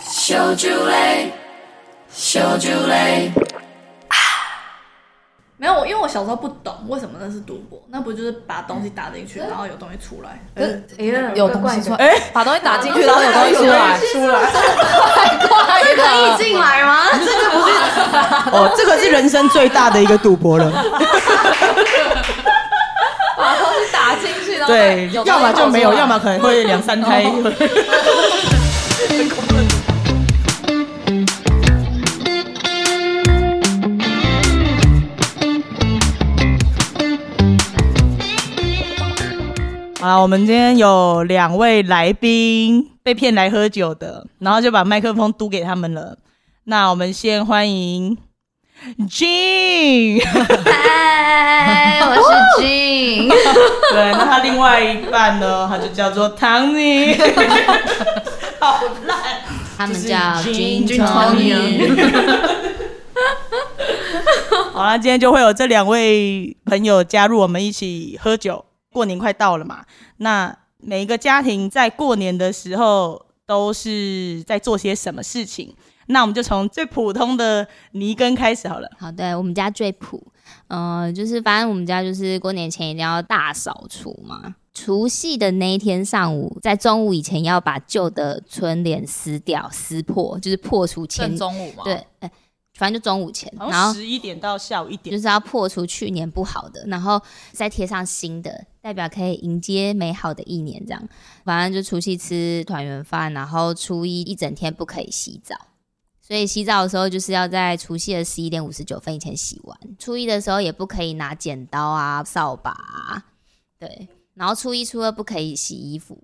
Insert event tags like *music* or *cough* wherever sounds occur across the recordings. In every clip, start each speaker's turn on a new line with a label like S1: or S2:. S1: 小酒类，小酒类，
S2: 没有，我因为我小时候不懂为什么那是赌博，那不就是把东西打进去，然后有东西出来？
S3: 是
S4: 有东西出来，把东西打进去，然后有东西出来，
S3: 出来，
S4: 这
S2: 哎
S4: 可
S3: 进来
S2: *laughs*
S3: 吗？
S5: *laughs* 哦，这个是人生最大的一个赌博了。
S4: 把东西打进去，然后
S5: 对，要么就没有，要么可能会两三胎。 *laughs* 好了，我们今天有两位来宾被骗来喝酒的，然后就把麦克风嘟给他们了。那我们先欢迎 Jean。
S3: 嗨，我是 Jin，
S5: *laughs* 对，那他另外一半呢，他就叫做唐尼， *laughs* 好烂，
S3: 他
S5: *laughs*
S3: 们
S5: 就是
S3: 叫
S5: Jin
S3: Jin
S5: Tony
S3: Tony。
S5: 好啦，今天就会有这两位朋友加入我们一起喝酒。过年快到了嘛，那每一个家庭在过年的时候都是在做些什么事情？那我们就从最普通的尼根开始好了。
S3: 好的，我们家最普，呃，就是反正我们家就是过年前一定要大扫除嘛。除夕的那一天上午，在中午以前要把旧的春联撕掉、撕破，就是破除前
S4: 正中午嘛，
S3: 对，，哎、反正就中午前，
S5: 好
S3: 然
S5: 像
S3: 后
S5: 十一点到下午一
S3: 就
S5: 点，
S3: 是要破除去年不好的，然后再贴上新的，代表可以迎接美好的一年。这样，反正就除夕吃团圆饭，然后初一一整天不可以洗澡，所以洗澡的时候就是要在除夕的十一点五十九分以前洗完。初一的时候也不可以拿剪刀啊、扫把啊，对。然后初一、初二不可以洗衣服，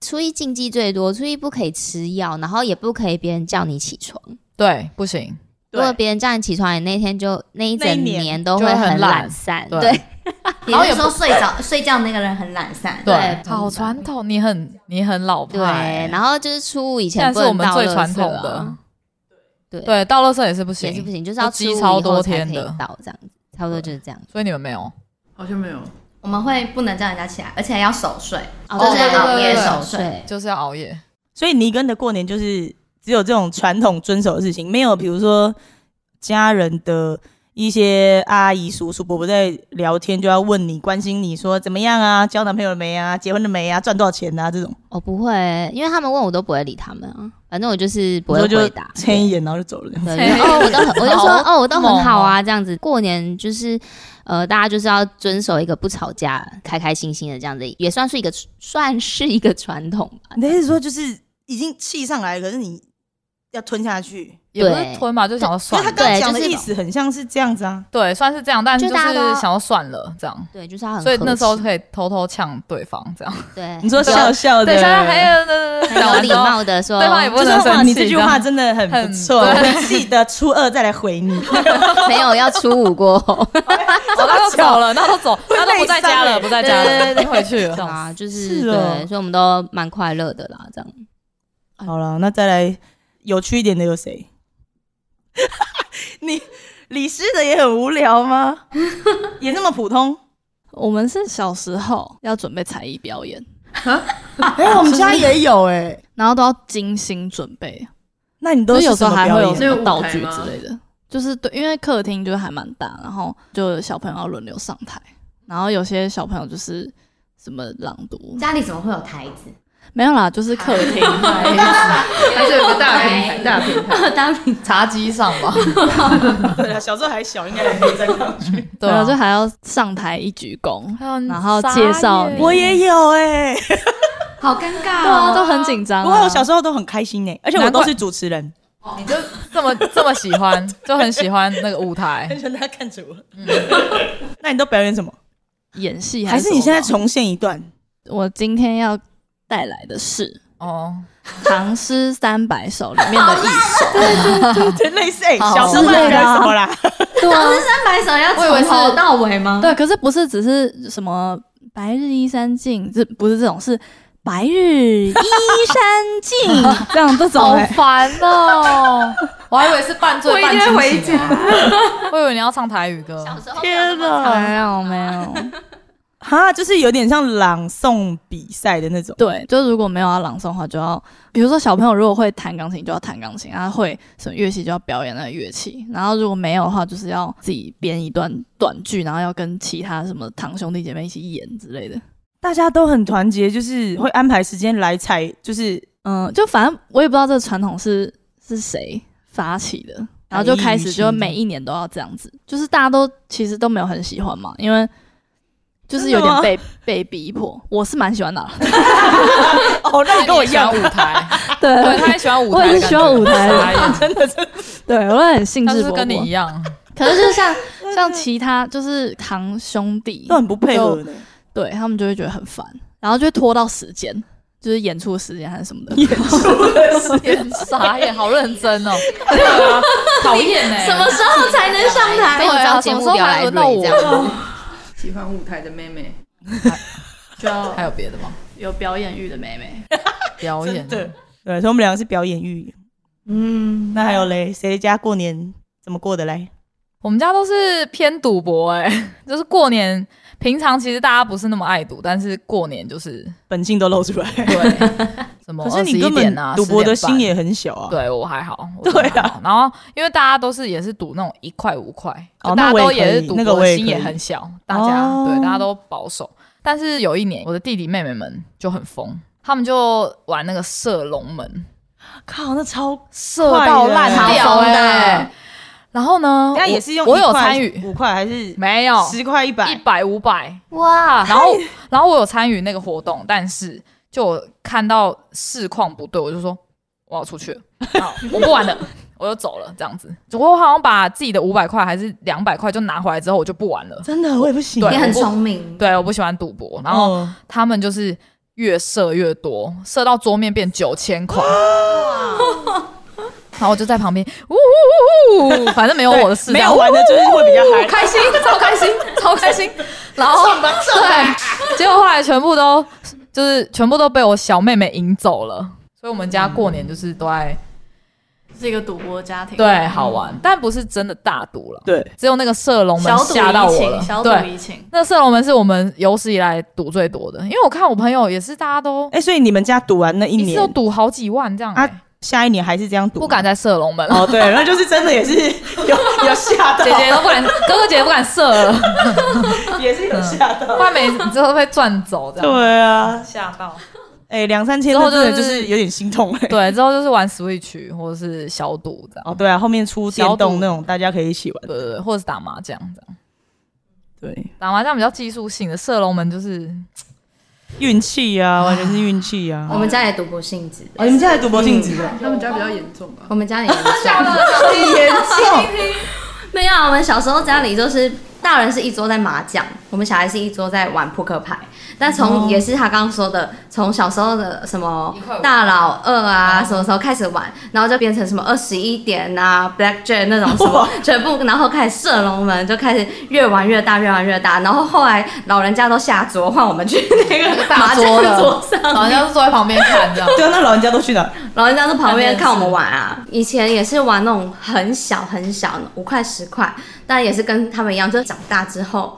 S3: 初一禁忌最多，初一不可以吃药，然后也不可以别人叫你起床。
S4: 对，不行，
S3: 如
S5: 对，
S3: 果别人叫你起床，你那天就那一
S5: 那一
S3: 整
S5: 年
S3: 年都会
S4: 就会很
S3: 很
S4: 懒
S3: 懒散，
S4: 对
S3: 对，
S6: *laughs*
S4: 然后也不
S6: 睡着睡觉那个人很懒散，
S4: 对，
S3: 对
S4: 好传统，你很你很老派
S3: 对，
S4: 欸，
S3: 然后就是初五以
S4: 现在
S3: 前不
S4: 是我
S3: 能
S4: 们
S3: 到
S4: 最
S3: 垃圾
S4: 传统
S3: 啊
S4: 的，，
S3: 对
S4: 对，到垃圾也是不
S3: 也是不
S4: 行，
S3: 行，就是要
S4: 都积
S3: 初五以
S4: 超
S3: 后
S4: 多
S3: 才
S4: 天
S3: 可以
S4: 的
S3: 到这样子，差不多就是这样。
S4: 所以你们没有，
S6: 好像没有。我们会不能叫人家起来，而且要守岁，
S3: 哦
S6: 就是
S3: 对对
S6: 熬
S3: 对
S6: 夜
S3: 对
S6: 守
S3: 对
S6: 岁。
S4: 就是要熬夜，
S5: 所以尼根的过年就是只有这种传统遵守的事情，没有比如说家人的一些阿姨、叔叔、伯伯在聊天，就要问你、关心你说怎么样啊，交男朋友了没啊，结婚了没啊，赚多少钱啊这种，
S3: 我哦不会，因为他们问我都不会理他们啊，反正我就是不会
S5: 然后
S3: 回
S5: 就
S3: 答。
S5: 牵一眼然后就走了。
S3: 对，就是哦，我都很，我就说
S4: 好
S3: 哦，我都很好啊，这样子。过年就是，呃，大家就是要遵守一个不吵架、开开心心的这样子，也算是一个算是一个传统吧。
S5: 你的意思说就是已经气上来了，可是你要吞下去？
S4: 也不
S3: 对
S4: 是吞嘛，就想要
S5: 所以
S4: 算
S5: 他
S4: 了，
S5: 刚刚
S3: 对
S5: 讲的
S3: 就是
S5: 意思很像是这样子啊。
S4: 对，算是这样，但
S3: 就是大家都要
S4: 想要算了这样。
S3: 对，就是要很
S4: 所以
S3: 和
S4: 那时候
S3: 气
S4: 可以偷偷呛对方，这样。
S3: 对
S5: 你说笑笑的，
S4: 对，现在还有呢，
S3: 很有礼貌的说，
S4: 对方也不
S5: 就是
S4: 能
S5: 哇，
S4: 生
S5: 你
S4: 气。
S5: 这句话真的很不
S4: 很
S5: 错，
S4: 对
S5: 我记得初二再来回你。
S3: 没有要初五过
S4: *laughs*
S3: 后，
S4: 我那都走了，那都走，那都不在家了，不在家了，已经回去
S3: 欸 *laughs* 对
S4: 了。
S3: 啊，就是是
S5: 哦
S3: 对，所以我们都蛮快乐的啦，这样。
S2: 嗯
S5: 好了，那再来有趣一点的有谁？ *laughs* 你李师的也很无
S2: *laughs*
S5: 聊吗？也那么普通？
S2: 我们是小时候要准备才艺表演，
S5: 哎、我们家也有哎、
S2: 然后都要精心准备，
S5: 那你都
S2: 就是是有时候
S5: 什么
S2: 还会有
S5: 表
S2: 什
S5: 演
S6: 那
S2: 么
S6: 有舞
S2: 道
S6: 台
S2: 具
S6: 吗
S2: 之类的，就是对，因为客厅就是还蛮大，然后就有小朋友要轮流上台，然后有些小朋友就是什么朗读，
S6: 家里怎么会有台子？
S2: 没有啦，就是客厅，
S6: 台子有个大
S3: 平 *laughs* 台
S6: 大平台。
S4: 茶几上 *laughs* 吧，
S5: 对啊，小时候还小，应该还可以再上去。
S4: 对
S2: 然后就
S4: 啊，
S2: 还要上台一鞠躬，
S4: 很
S2: 然后介绍
S4: 傻眼
S2: 我
S5: 我也有哎、
S2: 啊
S6: 好尴尬
S2: 对啊，都很紧张啊。
S5: 不过我小时候都很开心哎、而且我都是主持人，
S4: 你就这么这么喜欢，就很喜欢那个舞台。
S5: 喜欢大家看着我。 *laughs* 那你都表演什么？
S2: 演戏
S5: 还
S2: 是
S5: 是你现在
S2: 什么
S5: 重现一段？
S2: 我今天要带来的
S5: *laughs*
S2: 是
S4: 哦，
S2: 《唐诗三百首》里面的
S5: 哦
S2: 一首，
S5: *laughs* 对，类似哎、小时候
S2: 之啊类的
S5: 表
S2: 啊
S5: 演什么啦？
S2: 对啊
S6: 三百首要
S4: 我以为
S6: 从
S4: 是
S6: 头到尾吗？
S2: 对，可是不是只是什么白日依山尽，这不是这种，是白日依山
S5: *laughs*
S2: 尽这样这种、
S4: 好
S2: 欸。
S4: 烦哦！ *laughs* 我还以为是半醉半清
S6: 回
S4: 醒啊，我以为你要唱台语歌。
S3: 时候
S5: 天
S3: 哪！
S5: 哪！
S2: 没有没有，
S5: 哈，就是有点像朗诵比赛的那种。
S2: 对，就如果没有要朗诵的话，就要比如说小朋友如果会弹钢琴，就要弹钢琴；，他会什么乐器就要表演那个乐器。然后如果没有的话，就是要自己编一段短剧，然后要跟其他什么堂兄弟姐妹一起演之类的。
S5: 大家都很团结，就是会安排时间来采，就是
S2: 嗯，就反正我也不知道这个传统是是谁发起的，然后就开始就每一年都要这样子，就是大家都其实都没有很喜欢嘛，因为就是有点被被逼迫。我是蛮喜欢的啦，啊
S5: 哦，那你跟我一
S4: 喜欢
S5: 样，
S4: 舞台，对，
S2: 对，
S4: 他也喜欢舞台，
S2: 我也是喜欢舞台的，
S4: 真的，
S2: 对我都很兴
S4: 但
S2: 致
S4: 是
S2: 勃
S4: 跟你一
S2: 勃。
S4: 样，
S2: 可是就是像像其他就是堂兄弟
S5: 都，很不配合呢。
S2: 对他们就会觉得很烦，然后就会拖到时间，就是演出的时间还是
S7: *laughs*
S2: 什么的。
S4: 傻眼，好认真哦，对啊，讨厌欸呢，
S3: 什么时候才能上台？
S6: 被你当节目表来蕊这样。
S8: 喜欢舞台的妹妹，
S2: 就要
S4: 还有别的吗？
S2: 有表演欲的妹妹，
S4: 表演
S5: 真对，所以我们两个是表演欲。
S3: 嗯，
S5: 那还有嘞，谁家过年怎么过的嘞？
S4: 我们家都是偏赌博哎、 *laughs* 就是过年平常其实大家不是那么爱赌，但是过年
S5: *laughs*
S4: 就是
S5: 本性都露
S4: *laughs*
S5: 出来。
S4: 对什么
S5: 可
S4: 二
S5: 是
S4: 十
S5: 你
S4: 一
S5: 根
S4: 点
S5: 本
S4: 啊，
S5: 赌博
S4: 10
S5: 的心
S4: 点
S5: 也很小啊。
S4: 半。对我还好，我真的
S5: 对啊
S4: 还好。然后因为大家都是也是赌那种一块五块，
S5: 哦
S4: 就大家
S5: 那我
S4: 都
S5: 也可
S4: 也是
S5: 以
S4: 赌
S5: 那个
S4: 博
S5: 我也
S4: 心
S5: 可
S4: 也
S5: 以
S4: 很小，大家、
S5: 哦
S4: 对大家都保守。但是有一年我的弟弟妹妹们就很疯，他们就玩那个射龙门，
S5: 靠，那超
S4: 射到
S5: 啊
S4: 烂掉
S6: 超疯的
S4: 哎、然后呢，
S5: 那
S4: 我
S5: 也是用
S4: 我
S5: 啊一
S4: 有
S5: 块
S4: 参与，
S5: 五块还是
S4: 没有
S5: 十块一
S4: 一
S5: 百？
S4: 百五百，
S6: 哇，
S4: 然后然后我有参与那个活动，但是就我看到市况不对，我就说我要出去了，然后
S5: *laughs*
S4: 我不玩了，我就走了，这样子。结果我好像把自己的五百块还是两百块就拿回来之后，我就不玩了。
S5: 真的我也不行。
S4: 对
S3: 你很聪明，
S4: 对，我不喜欢赌博，然后
S5: 哦，
S4: 他们就是越射越多，射到桌面变九千块。然后我就在旁边，呜呜呜呜，反正没有我的事，
S5: 没
S4: 这样
S5: 有玩的就是会比较
S4: *laughs*
S5: 嗨。
S4: 哦
S2: *laughs*
S4: 开心，超开心，超开心。然后对，结果后来全部都就是全部都被我小妹妹赢走了。所以我们家过年就是都在
S2: 是一个赌博家庭。
S4: 对好玩，但不是真的大赌了。
S5: 对，
S4: 只有那个射龙门
S2: 嗯小赌
S4: 吓到
S2: 怡
S4: 我了
S2: 情，。小赌
S4: 对，
S2: 怡情。
S4: 那射龙门是我们有史以来赌最多的，因为我看我朋友也是，大家都
S5: 哎，所以你们家赌完那一
S4: 一次
S5: 年
S4: 都，赌好几万这样、
S5: 啊
S4: 欸
S5: 下一年还是这样赌？
S4: 不敢。再
S2: *laughs*
S4: 射龙门了。
S5: *laughs* 哦，对，那就是真的也 *laughs* 是有有吓到，
S4: 姐姐都不敢，哥哥姐姐不敢射了，
S5: 也是有吓到。
S4: 不然每你之后被赚走这样。
S5: 对啊，
S4: 吓到。
S5: 哎，两三千，
S4: 之
S5: 那
S4: 后
S5: 真的
S4: 就
S5: 就是是有点心痛哎。
S4: 对，之后就是玩 Switch 或者是小赌这样。
S5: 哦，对啊，后面出电
S4: 小赌
S5: 动那种，大家可以一起玩。
S4: 对对对，或者是打麻将这样。
S5: 对，
S4: 打麻将比较技术性的，射龙门就是
S5: 运气啊，完全是运气啊
S3: 我。们家也赌博性质的，
S5: 哦，你们家还赌博性质的？
S8: 他们家比较严重吧？
S3: 我们家也严重。
S5: 哎严重，
S3: 没有啊，我们小时候家里就是大人是一桌在麻将，我们小孩是一桌在玩扑克牌。但
S4: 哦
S3: 从、也是他刚刚说的，从小时候的什么大老二啊，
S4: 哦
S3: 什么时候开始玩，然后就变成什么二十一点啊、blackjack 那种什
S4: *laughs*
S3: 么，全部然后开始射龙门，就开始越玩越大，越玩越大。然后后来老人家都下桌，换我们去那个
S4: 大
S3: 麻将
S4: 桌了
S3: 桌上，
S4: 好像是坐在旁边看这样。
S5: 对啊，那老人家都去哪？
S3: 老人家在旁边看我们玩啊。以前也是玩那种很小很小，五块十块，但也是跟他们一样，就长大之后。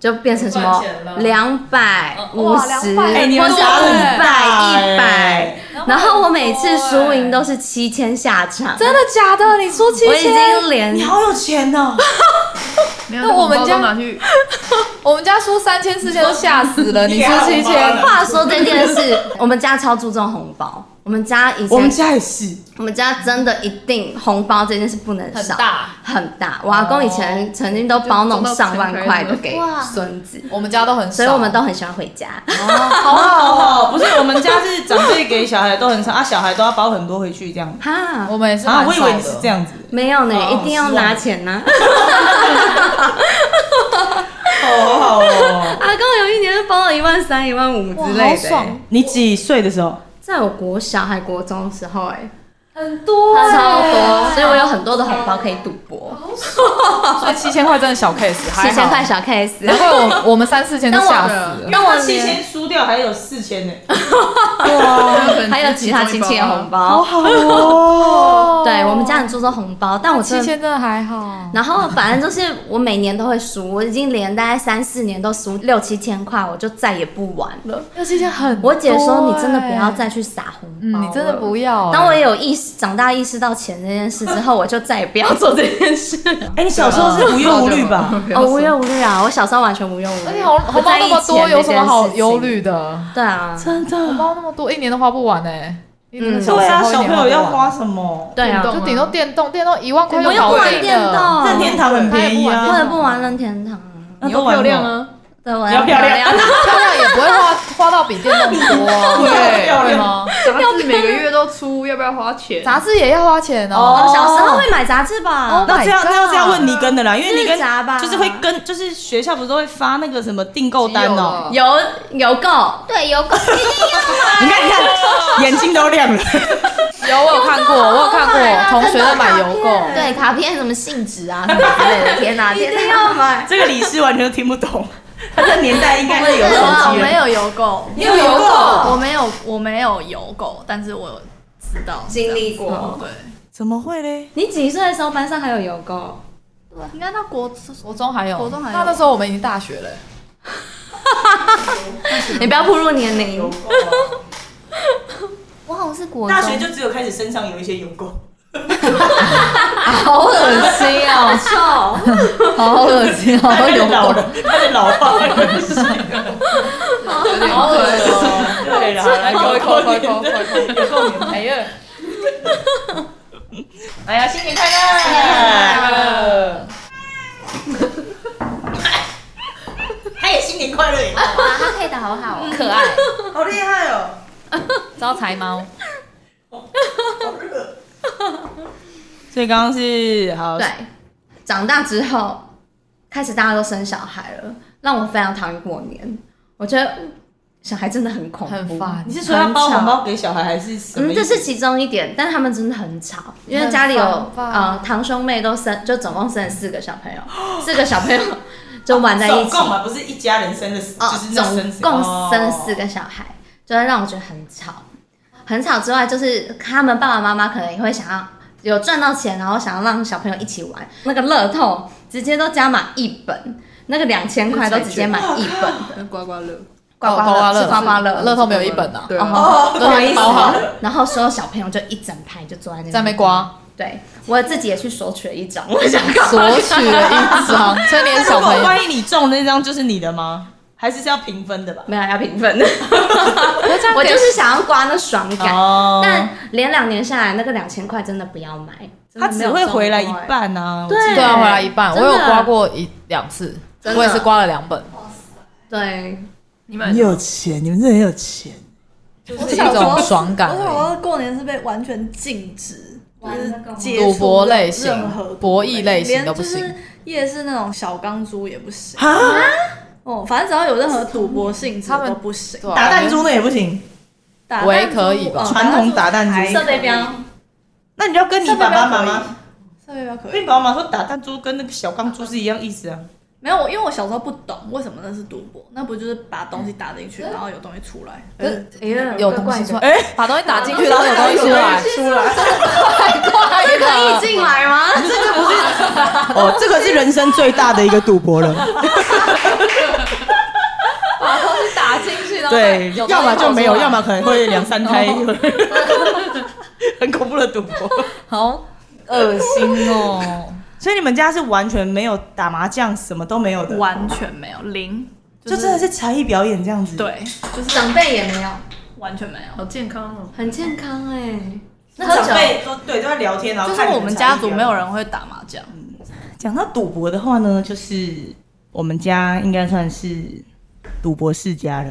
S3: 就变成什么两百五十，或
S5: 哎，你们
S3: 是
S5: 家
S3: 五
S5: 很大
S3: 百一百
S5: 哎，
S3: 然后我每次输赢都是七千下
S4: *laughs*
S3: 场，
S4: 真的假的？你说七
S3: 我已
S4: 千？
S3: 经连
S5: 你好有钱哦！
S8: 没有，
S4: 那我们
S8: 红包
S4: 家
S8: 都拿去
S4: *laughs* 我们家输三千四千都吓死
S5: *laughs*
S4: 了，你输七
S5: 啊
S4: 千，
S3: 话说这件事，我们家超注重红包，我们家以前
S5: 我们家也是，
S3: 我们家真的一定红包这件事不能少，
S4: 很大
S3: 很大。我阿公以前曾经都包那种上万块的给
S6: 就中到
S3: 孙子，
S4: 我们家都很少，
S3: 所以我们都很喜欢回家。
S5: 好好好，哦不是我们家是长辈给小孩都很少啊，小孩都要包很多回去这样。
S3: 哈，
S4: 我们也是
S5: 啊，
S4: 蛮
S5: 我以
S4: 少
S5: 为你是这
S4: 的。
S5: 样子，
S3: 没有呢，
S5: 哦
S3: 一定要拿钱呢、
S5: 好好哦。
S3: 阿公有一年就包了一万三、一万五之
S4: 哇好
S3: 类的、
S4: 爽
S5: 你几岁的时候？
S3: 在我国小还国中的时候、哎，
S4: 很多
S3: 超多，所以我有很多的红包可以赌博，
S4: 所以七千块真的小 case，还好
S3: 七千块。小 case。
S4: 难怪我我们三四千都吓死了。
S5: 那我七千输掉还有四千呢。
S8: 分
S6: 还有其他亲戚的红包。
S4: 好哦
S6: *laughs* 对我们家很注重红包，但我
S4: 七
S6: 真的
S4: 千真的还好，
S6: 然后反正就是我每年都会输，我已经连大概三四年都输六七千块，我就再也不玩了。
S4: 那七千很多
S6: 我姐说：“
S4: 欸
S6: 你真的不要，再去撒红包、
S4: 嗯，你真的不。要欸。
S6: 当我也有意识长大意识到钱这件事之后，我就再也不要做这件 *laughs* 事了。
S5: 哎，你小时候是无忧无虑吧？
S6: 哦，无忧无虑啊！我小时候完全无忧无虑，
S4: 而且红红包那么多，有什么好忧？虑的？
S6: 对啊，
S5: 真
S4: 红
S5: 的，
S4: 包那么多，一年都花不完哎。你真的
S6: 嗯
S4: 小
S5: 对
S4: 时
S5: 啊，
S4: 候一
S5: 小
S4: 年
S5: 朋友
S4: 不
S5: 要
S4: 完
S5: 花什么？
S6: 对啊，
S4: 就顶多电动，电动一万块
S6: 我
S4: 就
S6: 又
S4: 搞
S6: 不玩
S4: 定
S6: 电动，
S4: 了。
S5: 任天堂很便宜
S4: 对
S5: 啊，
S6: 我也不玩任天堂。
S5: 那
S9: 你
S5: 都
S9: 又漂
S5: 玩不
S9: 亮
S5: 完。
S9: 啊，
S6: 对，我
S5: 你要漂亮，
S4: 漂亮也不会花花到比电动多啊，
S5: 对
S4: 对对吗？
S9: 杂志每个月都出，要不要花钱？
S4: 杂志也要花钱哦。
S6: 我小时候会买杂志吧？
S5: 那这样
S4: Oh my
S2: 啊
S5: 那要这样问尼根的啦，因为尼根
S6: 日杂吧
S5: 就是会跟，就是学校不是都会发那个什么订购单哦。
S6: 有有够，
S3: 对，有狗，
S5: 你看，你看，眼睛都亮了。
S4: 有我有看过，我有看过，同学在买邮购，
S3: 对卡片什么性质
S6: *laughs*
S3: 啊什么之类的，天哪，天哪，
S6: 要买。
S5: 这个李师完全都听不懂，他这年代应该是有手
S2: 我
S5: 机
S2: 没
S5: 了。
S2: 有邮购，
S5: 你有邮购？
S2: 我没有，我没有邮购，但是我有知道
S6: 经历过
S2: 这样子
S5: 怎么会嘞？
S6: 嗯你几岁的时候班上还有邮购？
S2: 对，应该到国
S4: 国中还有，
S2: 国中还有
S4: 那那时候我们已经大学了，
S6: 你不要暴露年龄。
S3: 我好像是国
S5: 大学
S3: 中，
S5: 就只有开始身上有一些邮购，
S3: 好恶心哦，
S6: *laughs* 臭，
S3: 好恶心哦，
S5: 他就老了，他就老化了。
S4: 好恶心。
S5: 对啦，
S4: 来扣一扣，扣一扣，扣一扣，扣一扣哎呀，
S5: 哎呀，新年快乐！他也新年快乐耶，
S3: 哇，他配的好好
S6: 嗯
S3: 哦，可爱，
S5: 好厉害哦！
S4: *laughs* 招财猫，
S5: 所以刚刚是好
S6: 对，长大之后开始大家都生小孩了，让我非常讨厌过年。我觉得小孩真的很恐怖，
S4: 很烦
S5: 你。是说要包红包给小孩还是什么
S6: 嗯，
S5: 意思？
S6: 这是其中一点，但他们真的很吵，因为家里有
S4: 很烦吧
S6: 呃堂兄妹都生，就总共生了四个小朋友，四个小朋友就玩在一
S5: *laughs* 总
S6: 起，
S5: 共嘛，不是一家人生的，
S6: 哦
S5: 就是，那
S6: 总
S5: 生死
S6: 共生了四。
S5: 哦
S6: 个小孩，就会让我觉得很吵，很吵之外，就是他们爸爸妈妈可能也会想要有赚到钱，然后想要让小朋友一起玩那个乐透，直接都加满一本，那个两千块都直接买一本的
S9: 跟刮刮乐，
S6: 刮
S4: 哦刮
S6: 刮乐，
S4: 乐
S6: 是刮刮乐，
S4: 乐透没有一本啊，
S9: 对啊，
S6: 哦，不好意思
S4: 包好，
S6: 然后所有小朋友就一整排就坐在那边
S4: 在那边刮，
S6: 对我自己也去索取了一张，我想搞
S5: *laughs*
S4: 索取了一张，所以连
S5: 那
S4: 小
S5: 如
S4: 朋
S5: 果
S4: 友，
S5: 万一你中那张就是你的吗？还是是要平分的吧？
S6: 没有要平
S5: *laughs*
S6: 分，我
S4: 给
S6: 就是想要刮那爽感。
S5: 哦
S6: 但连两年下来，那个两千块真的不要买，真的
S5: 他
S6: 没
S5: 只
S6: 有
S5: 会回来一
S6: 中过欸。
S5: 半啊。
S6: 对
S5: 我记得
S4: 对啊，回来一半，我
S6: 真的
S4: 有刮过一两次，
S6: 真的
S4: 我也是刮了两本，
S6: 对，
S9: 你买
S5: 你有钱，你们真的很有钱。
S4: 就是一种爽感
S7: 我
S4: 而
S7: 小时
S4: 已。
S7: 候过年是被完全禁止，就是接触
S4: 赌博类型
S7: 任何
S4: 博弈类型都不行
S7: 连就是夜市那种小钢珠也不行。
S5: 啊，
S7: 哦，反正只要有任何赌博性质
S4: 他们
S7: 都不行。
S4: 对啊
S5: 打弹珠那也不行，
S7: 打弹珠
S4: 喂可以吧
S7: 嗯
S5: 传统打弹珠
S7: 还可以
S6: 设备标
S5: 那你要跟你爸爸妈妈，
S7: 设备标可
S5: 因
S7: 以
S5: 为。爸爸妈妈说打弹珠跟那个小钢珠是一样意思啊。
S7: 没有，我因为我小时候不懂为什么那是赌博，那不就是把东西打进
S6: 嗯
S7: 去，然后有东西出来。
S4: 是
S6: 哎呀
S4: 啊有东西出
S6: 怪
S4: 来，把东西打进去，然后有东西出来，
S5: 出
S7: 啊
S5: 来，
S4: 太快了，
S6: 怪的可以进
S7: *laughs*
S6: 来吗？
S5: 哦，这个是人生最大的一个赌博了。
S4: 把东西打进去，然后
S5: *laughs* 对，哦
S4: 有东西
S5: 要么就没有，
S4: 跑出来
S5: 要么可能会两三胎，哦 *laughs* 很恐怖的赌博。
S4: 好恶心哦。
S5: 所以你们家是完全没有打麻将，什么都没有的，
S7: 完全没有零，
S5: 就真的是才艺表演这样子。，
S7: 对，就是
S6: 长辈也没有，
S7: 完全没有。
S9: 好健康哦。
S6: 很健康哎。那
S5: 那
S6: 喝
S5: 长
S6: 酒
S5: 辈都对都在聊天，然后
S7: 就是
S5: 看你
S7: 我
S5: 们
S7: 们
S5: 才艺
S7: 家族
S5: 表
S7: 没有
S5: 演
S7: 人会打麻将，
S5: 讲到赌博的话呢，就是我们家应该算是赌博世家了。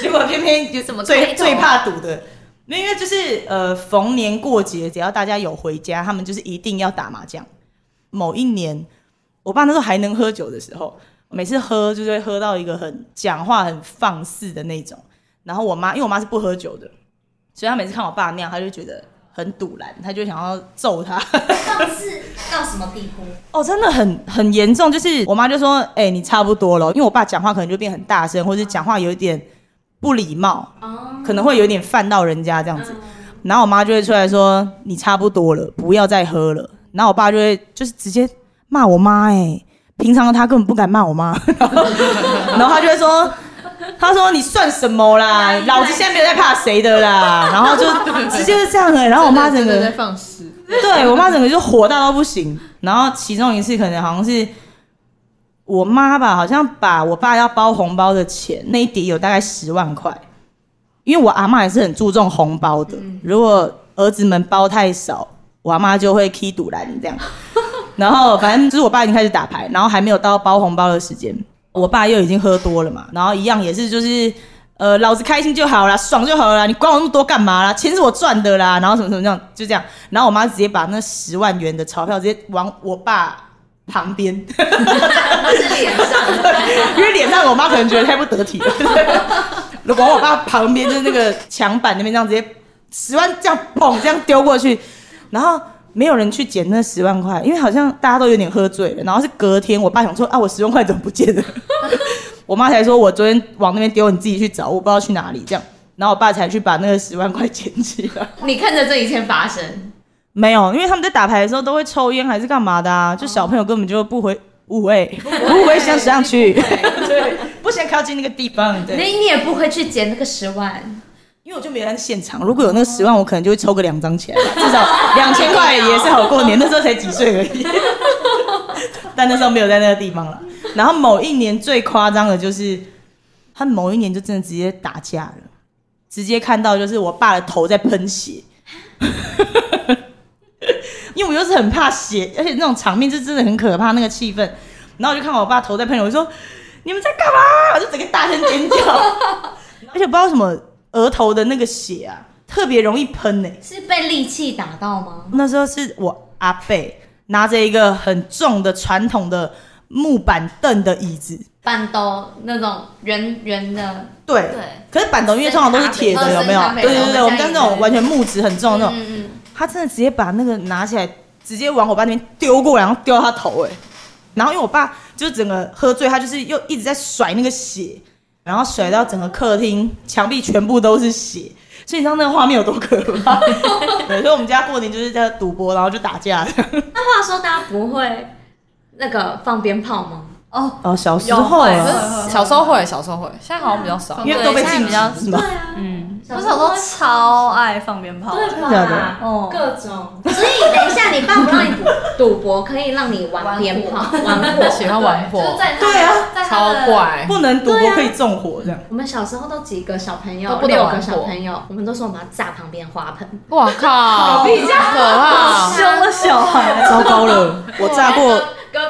S5: 结果偏偏就
S6: 怎么开
S5: 最
S6: 头
S5: 最怕赌的，那因为就是呃，逢年过节只要大家有回家，他们就是一定要打麻将。某一年，我爸那时候还能喝酒的时候，每次喝就是会喝到一个很讲话很放肆的那种。然后我妈，因为我妈是不喝酒的，所以她每次看我爸那样，她就觉得很堵然，她就想要揍他。
S6: 上次到什么地步？
S5: 哦，真的很很严重，就是我妈就说：“哎、你差不多了。”因为我爸讲话可能就变很大声，或者讲话有一点不礼貌，
S6: 哦
S5: 可能会有点犯到人家这样子。然后我妈就会出来说：“你差不多了，不要再喝了。”然后我爸就会就是直接骂我妈、哎，平常他根本不敢骂我妈， *laughs* 然后然后他就会说。他说：“你算什么啦？老子现在没有在怕谁的啦。”然后就直接是这样哎、然后我妈整个
S10: 真的在放肆，
S5: 对我妈整个就火大到不行。然后其中一次可能好像是我妈吧，好像把我爸要包红包的钱那一叠有大概十万块，因为我阿妈也是很注重红包的，
S10: 嗯
S5: 如果儿子们包太少，我阿妈就会踢赌篮这样。然后反正就是我爸已经开始打牌，然后还没有到包红包的时间，我爸又已经喝多了嘛，然后一样也是就是。呃，老子开心就好啦，爽就好啦，你管我那么多干嘛啦？钱是我赚的啦，然后什么什么这样，就这样。然后我妈直接把那十万元的钞票直接往我爸旁边，
S6: 是脸上，
S5: *laughs* 因为脸上我妈可能觉得太不得体了，对往我爸旁边就是那个墙板那边这样直接十万这样砰这样丢过去，然后没有人去捡那十万块，因为好像大家都有点喝醉了。然后是隔天，我爸想说啊，我十万块怎么不见了？我妈才说我昨天往那边丢，你自己去找，我不知道去哪里这样。然后我爸才去把那个十万块捡起来。
S6: 你看着这一切发生，
S5: 没有，因为他们在打牌的时候都会抽烟还是干嘛的啊？就小朋友根本就不回不会不会想想去， *laughs* 对，不想靠近那个地方，
S6: 那
S5: 对。
S6: 你也不会去捡那个十万，
S5: 因为我就没有在现场，如果有那个十万，我可能就会抽个两张起来，至少两千块也是好过年。那时候才几岁而已， *laughs* 但那时候没有在那个地方了。然后某一年最夸张的就是，他某一年就真的直接打架了，直接看到就是我爸的头在喷血。 *laughs* 因为我又是很怕血，而且那种场面是真的很可怕，那个气氛。然后我就看我爸头在喷血，我就说：“你们在干嘛？”我就整个大声尖叫，而且不知道为什么额头的那个血啊，特别容易喷呢、
S6: 是被利器打到吗？
S5: 那时候是我阿贝拿着一个很重的传统的木板凳的椅子，
S6: 半兜那种圆圆的，
S5: 对，
S10: 对，
S5: 可是板头因为通常都是铁的，有没有
S6: 深咖？啡
S5: 对对对，
S6: 哦
S5: 我们家那种完全木质很重的那种，
S6: 嗯嗯，
S5: 他真的直接把那个拿起来，直接往我爸那边丢过来，然后丢到他头哎、然后因为我爸就是整个喝醉，他就是又一直在甩那个血，然后甩到整个客厅墙壁全部都是血，所以你知道那个画面有多可怕。对，所以我们家过年就是在赌博，然后就打 *laughs* 架。
S6: 那话说大家不会那个放鞭炮吗？哦，
S5: 哦，小时候啊，
S4: 小时候会，小时候会，现在好像比较少。
S5: 因为都被禁
S3: 对现在
S5: 止
S3: 比较
S5: 是吗？
S3: 嗯，
S7: 我小时候超爱放鞭炮，
S6: 对
S5: 真的假
S6: 吧
S5: 的？
S7: 哦
S6: 各种。所以等一下，你爸不让你赌赌博，可以让你玩鞭炮、玩火。
S4: *laughs* 喜欢玩
S10: 就是
S4: 火，
S10: 在他
S5: 对啊，
S10: 在他
S4: 超
S10: 的，
S4: 怪。
S5: 不能赌博可以纵火这样。
S6: 我们小时候都几个小朋
S4: 都
S6: 友，
S4: 不懂
S6: 六
S4: 玩
S6: 个
S4: 火
S6: 小朋友，我们都说我们要炸旁边花盆。
S4: 哇靠，比较可怕。
S7: 凶的小孩，
S5: 糟糕了，我炸
S6: *laughs*
S5: 过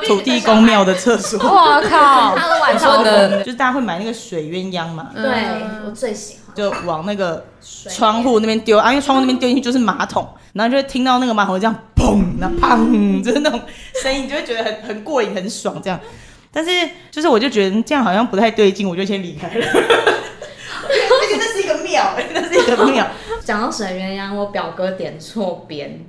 S5: 土地公庙的厕 *laughs* 所，
S4: 哇靠，他的晚上你
S6: 嗯
S4: 的
S5: 就是大家会买那个水鸳鸯嘛，
S6: 对我最喜欢。
S5: 就往那个窗户那边丢啊，因为窗户那边丢进去就是马桶，然后就会听到那个马桶这样砰，然后砰，就是那种声音，你就会觉得很很过瘾，很爽这样。但是就是我就觉得这样好像不太对劲，我就先离开了。毕竟那是一个庙，那是一个庙。
S6: 讲到水鸳鸯，我表哥点错边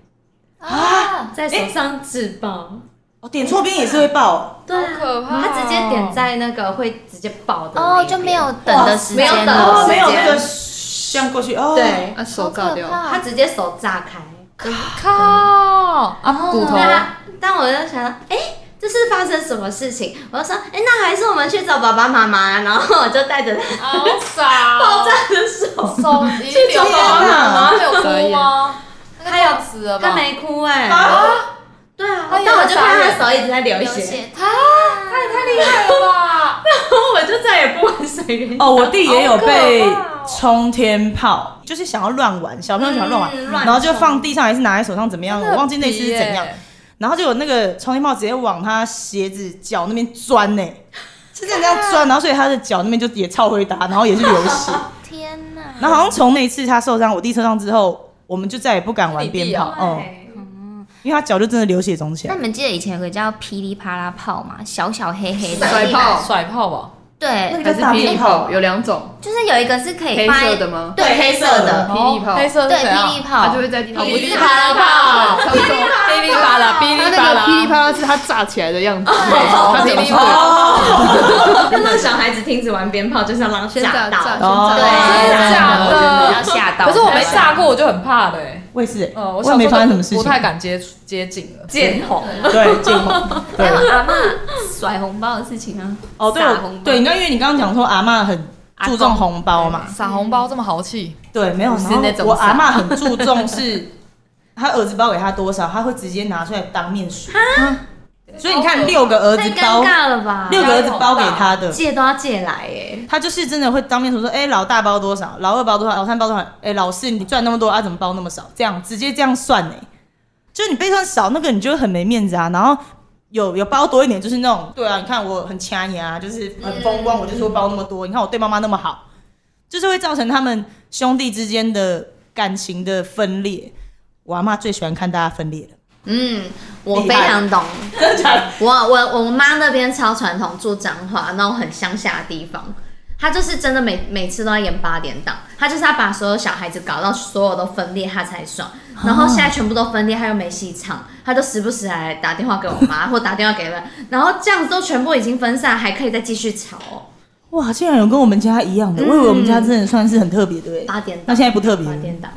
S6: 啊，在手上自爆。
S5: 哦，点错边也是会爆，
S6: 对啊，
S4: 可怕哦
S6: 他直接点在那个会直接爆的那
S3: 哦，
S6: 一边
S3: 就没有等的时
S6: 没有
S3: 间
S6: 等
S3: 了
S5: 哦
S6: 的，
S5: 没有那个
S6: 时
S5: 这样过去哦。
S6: 对，
S10: 啊手搞掉，
S6: 他直接手炸开。
S4: 靠啊骨头，
S6: 那但我就想，哎、这是发生什么事情？我就说，哎、那还是我们去找爸爸妈妈。然后我就带着他
S4: 好傻，哦
S6: 爆炸的手，
S4: 手机流
S5: 天哪
S4: 有哭吗？他要死了
S6: 他
S4: 吧？
S6: 没哭哎、
S5: 啊，
S6: 对啊，
S4: 他
S6: 但
S4: 也很
S6: 我就看
S4: 傻眼
S6: 他手一直在流
S10: 流
S6: 血，
S10: 血，
S4: 太太厉害了吧！
S6: 然后我就再也不玩水云。
S5: 哦，我弟也有被冲天炮，就是想要乱玩，小朋友喜欢乱玩，
S6: 嗯乱
S5: 然后就放地上还是拿在手上怎么样，我忘记那次是怎样。然后就有那个冲天炮直接往他鞋子脚那边钻呢、是这样钻，然后所以他的脚那边就也超回答，然后也是流血。
S3: 天哪！
S5: 然后好像从那一次他受伤，我弟受伤之后，我们就再也不敢玩鞭炮，哦、因为他脚就真的流血肿起
S3: 那
S5: 来。
S3: 你们记得以前有个叫噼里啪啦炮吗？小小黑黑的，
S10: 甩炮，
S4: 甩炮吧，
S9: 那
S3: 对
S9: 个，叫大
S3: 还是
S9: 霹雳
S3: 霹雳
S9: 炮，
S5: 哦
S9: 有两种，
S3: 就是有一个是可以
S9: 黑
S3: 放在
S9: 色的吗？
S3: 对，黑色的，
S9: 霹雳炮，
S4: 哦黑色
S3: 对，啊
S4: 是啊哦怎样
S3: 霹雳？炮
S9: 它就，会在地上
S3: 霹雳
S9: 啪啦
S3: 炮
S9: 差不多。
S4: 噼里啪啦，噼
S9: 它
S4: 里
S9: 那
S4: 啪
S9: 个
S4: 啦，哦
S9: 噼里啪啦是它炸起来的样子，它
S4: 噼
S9: 整个
S4: 里啪啦，
S6: 就让小孩子停止玩鞭炮，就是要让他
S9: 先炸
S6: 吓
S9: 炸，
S6: 到
S9: 先，炸
S3: 对
S9: 炸
S3: 真的
S4: 假的
S6: 要吓到。
S4: 可是我没炸过，我就很怕的欸。
S5: 我也是，
S4: 呃，
S5: 我
S4: 小
S5: 也没
S4: 时候
S5: 发生
S4: 就
S5: 什么事
S4: 不
S5: 情，
S4: 太敢接触接近了。
S6: 见红，
S5: *laughs* 对，进红，
S3: 还
S5: 对，
S3: 有阿妈甩红包的事情啊，
S5: 哦，对
S3: 撒红包，
S5: 对，你看，因为你刚刚讲说阿嬷很注重红包嘛，
S4: 撒红包这么豪气，
S5: 对，没有，
S3: 是
S5: 然后
S3: 那种
S5: 我
S3: 撒
S5: 阿嬷很注重是，
S6: *laughs*
S5: 她儿子包给她多少，她会直接拿出来当面数，嗯所以你看六个儿子
S6: 太尴
S5: 包，
S6: 尬了吧？
S5: 六个儿子
S6: 哦
S5: 包给她的，
S6: 借都要借来耶，
S5: 他就是真的会当面说说，哎、老大包多少，老二包多少，老三包多少，哎、老四你赚那么多啊，怎么包那么少？这样直接这样算呢、就是你被算少那个，你就会很没面子啊。然后有有包多一点，就是那种对啊，你看我很掐你啊，就是很风光，我就是会包那么多。你看我对妈妈那么好，就是会造成他们兄弟之间的感情的分裂。我阿妈最喜欢看大家分裂了，
S6: 嗯，我
S5: 厉
S6: 非
S5: 害
S6: 常懂。
S5: 真的假的？
S6: 我我我妈那边超传统，住彰化那种很乡下的地方，她就是真的每每次都要演八点档，她就是要把所有小孩子搞到所有都分裂，她才爽。然后现在全部都分裂，她又没戏唱，她就时不时来打电话给我
S5: *laughs*
S6: 妈，或打电话给我，然后这样子都全部已经分散，还可以再继续吵哦。
S5: 哇，竟然有跟我们家一样的，我以为我们家真的算是很特别的、欸。
S6: 八点
S5: 那
S6: 档，
S5: 现在不特别
S6: 八
S5: 了，
S6: 点档，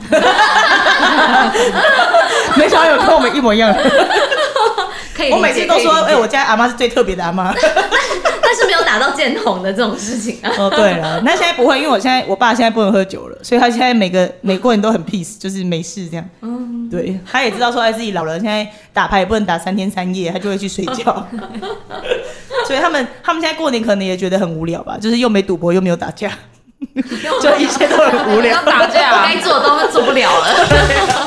S5: 没想到有跟我们一模一样的。
S6: 可以理解。
S5: 我每次都说，
S6: 可以理
S5: 哎、
S6: 解
S5: 我家阿妈是最特别的
S6: *laughs*
S5: 阿妈。
S6: 但是没有打到见红的这种事情啊。
S5: 哦，对了，那现在不会，因为我现在我爸现在不能喝酒了，所以他现在每个每过年都很 peace，就是没事这样。
S6: 哦
S5: 嗯，对，他也知道说他自己老了，现在打牌也不能打三天三夜，他就会去睡
S6: *laughs*
S5: 觉。所以他们他们现在过年可能也觉得很无聊吧，就是又没赌博，又没
S6: *laughs*
S5: 有打架，就一切都很无聊
S4: 要。打架
S5: 啊
S4: 啊
S6: 我该做的都做不了了，